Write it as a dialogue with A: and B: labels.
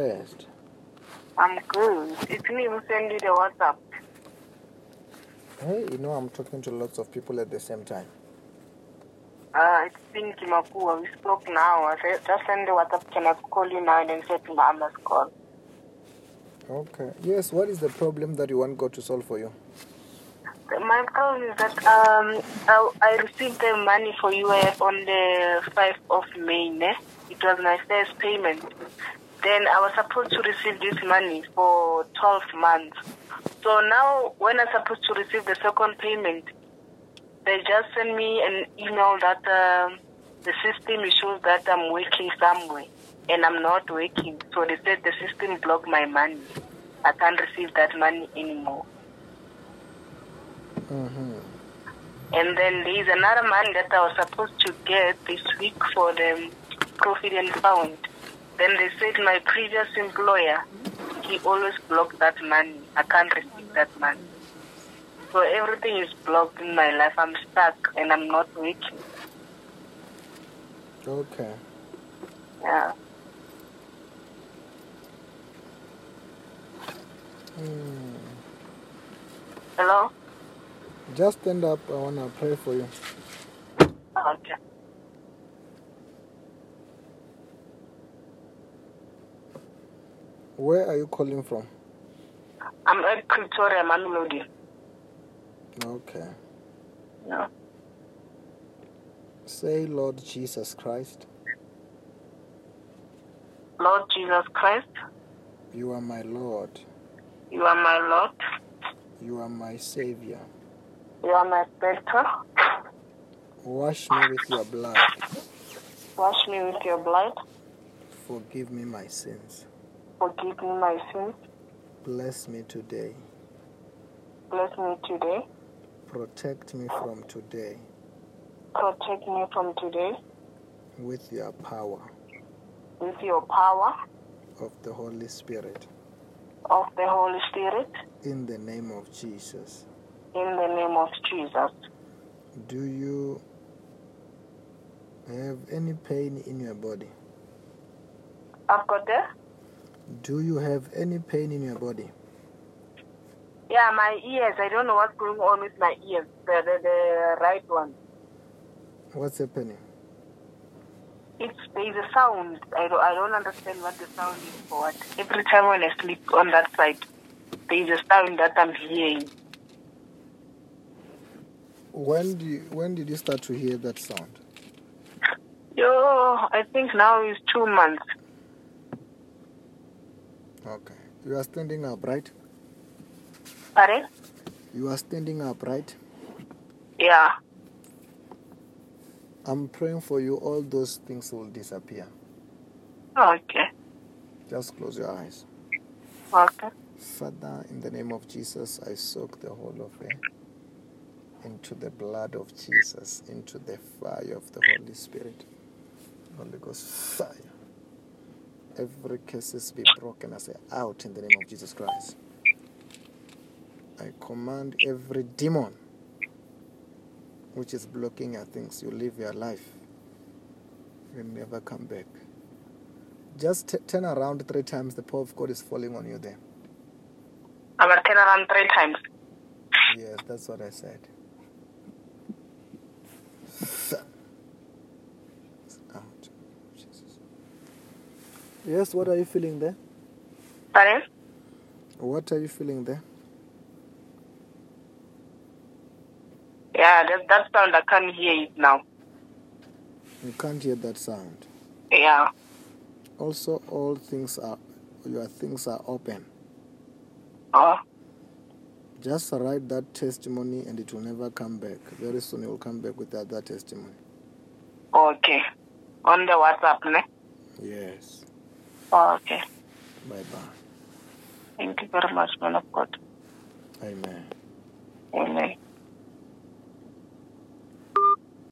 A: Blessed.
B: I'm good. It's me who sent you the WhatsApp.
A: Hey, you know I'm talking to lots of people at the same time.
B: Uh, it's been Kimakua. We spoke now. I said, just send the WhatsApp. Can I call you now? And then said to my mama's call.
A: Okay. Yes, what is the problem that you want God to solve for you?
B: My problem is that um, I, I received the money for UIF on the 5th of May. Ne? It was my first payment. Then I was supposed to receive this money for 12 months. So now, when I'm supposed to receive the second payment, they just send me an email that um, the system shows that I'm working somewhere and I'm not working. So they said the system blocked my money. I can't receive that money anymore.
A: Mm-hmm.
B: And then there's another money that I was supposed to get this week for the profit and found. Then they said my previous employer, he always blocked that money. I can't receive that money. So everything is blocked in my life. I'm stuck and I'm not working.
A: Okay.
B: Yeah.
A: Mm.
B: Hello?
A: Just stand up. I want to pray for you.
B: Okay.
A: Where are you calling from?
B: I'm at Pretoria, Mamelodi.
A: Okay.
B: Yeah.
A: Say, Lord Jesus Christ,
B: Lord Jesus Christ,
A: you are my Lord.
B: you are my Lord.
A: You are my Savior.
B: You are my Creator.
A: Wash me with your blood.
B: Wash me with your blood.
A: Forgive me my sins.
B: Forgive me my sins.
A: Bless me today.
B: Bless me today.
A: Protect me from today
B: Protect me from today
A: with your power
B: with your power
A: of the Holy Spirit.
B: of the Holy Spirit.
A: In the name of Jesus.
B: In the name of Jesus.
A: Do you have any pain in your body?
B: I've got the
A: Do you have any pain in your body?
B: yeah, my ears. I don't know what's going on with my ears. The the, the right one.
A: What's happening?
B: It's there's a sound. I don't I don't understand what the sound is for. What every time when I sleep on that side, there's a sound that I'm hearing.
A: When do you, when did you start to hear that sound?
B: Yo, I think now is two months.
A: Okay. You are standing up, right?
B: Pardon?
A: You are standing up, right?
B: Yeah.
A: I'm praying for you. All those things will disappear.
B: Oh, Okay.
A: Just close your eyes.
B: Okay.
A: Father, in the name of Jesus, I soak the whole of her into the blood of Jesus, into the fire of the Holy Spirit. Holy Ghost, fire. Every curses be broken. I say, out in the name of Jesus Christ. I command every demon which is blocking your things, you live your life, you never come back. Just t- turn around three times. The power of God is falling on you there.
B: I'm gonna turn around three times.
A: Yes, that's what I said. Sa- Out. Jesus. Yes, what are you feeling there?
B: Pardon?
A: What are you feeling there?
B: Yeah, that that sound I can't hear it now.
A: You can't hear that sound.
B: Yeah.
A: Also, all things are your things are open.
B: Oh.
A: Just write that testimony, and it will never come back. Very soon, you will come back with that, that testimony.
B: Okay. On the WhatsApp, ne? Oh,
A: Yes.
B: Okay.
A: Bye bye.
B: Thank you very much, man of God.
A: Amen.
B: Amen.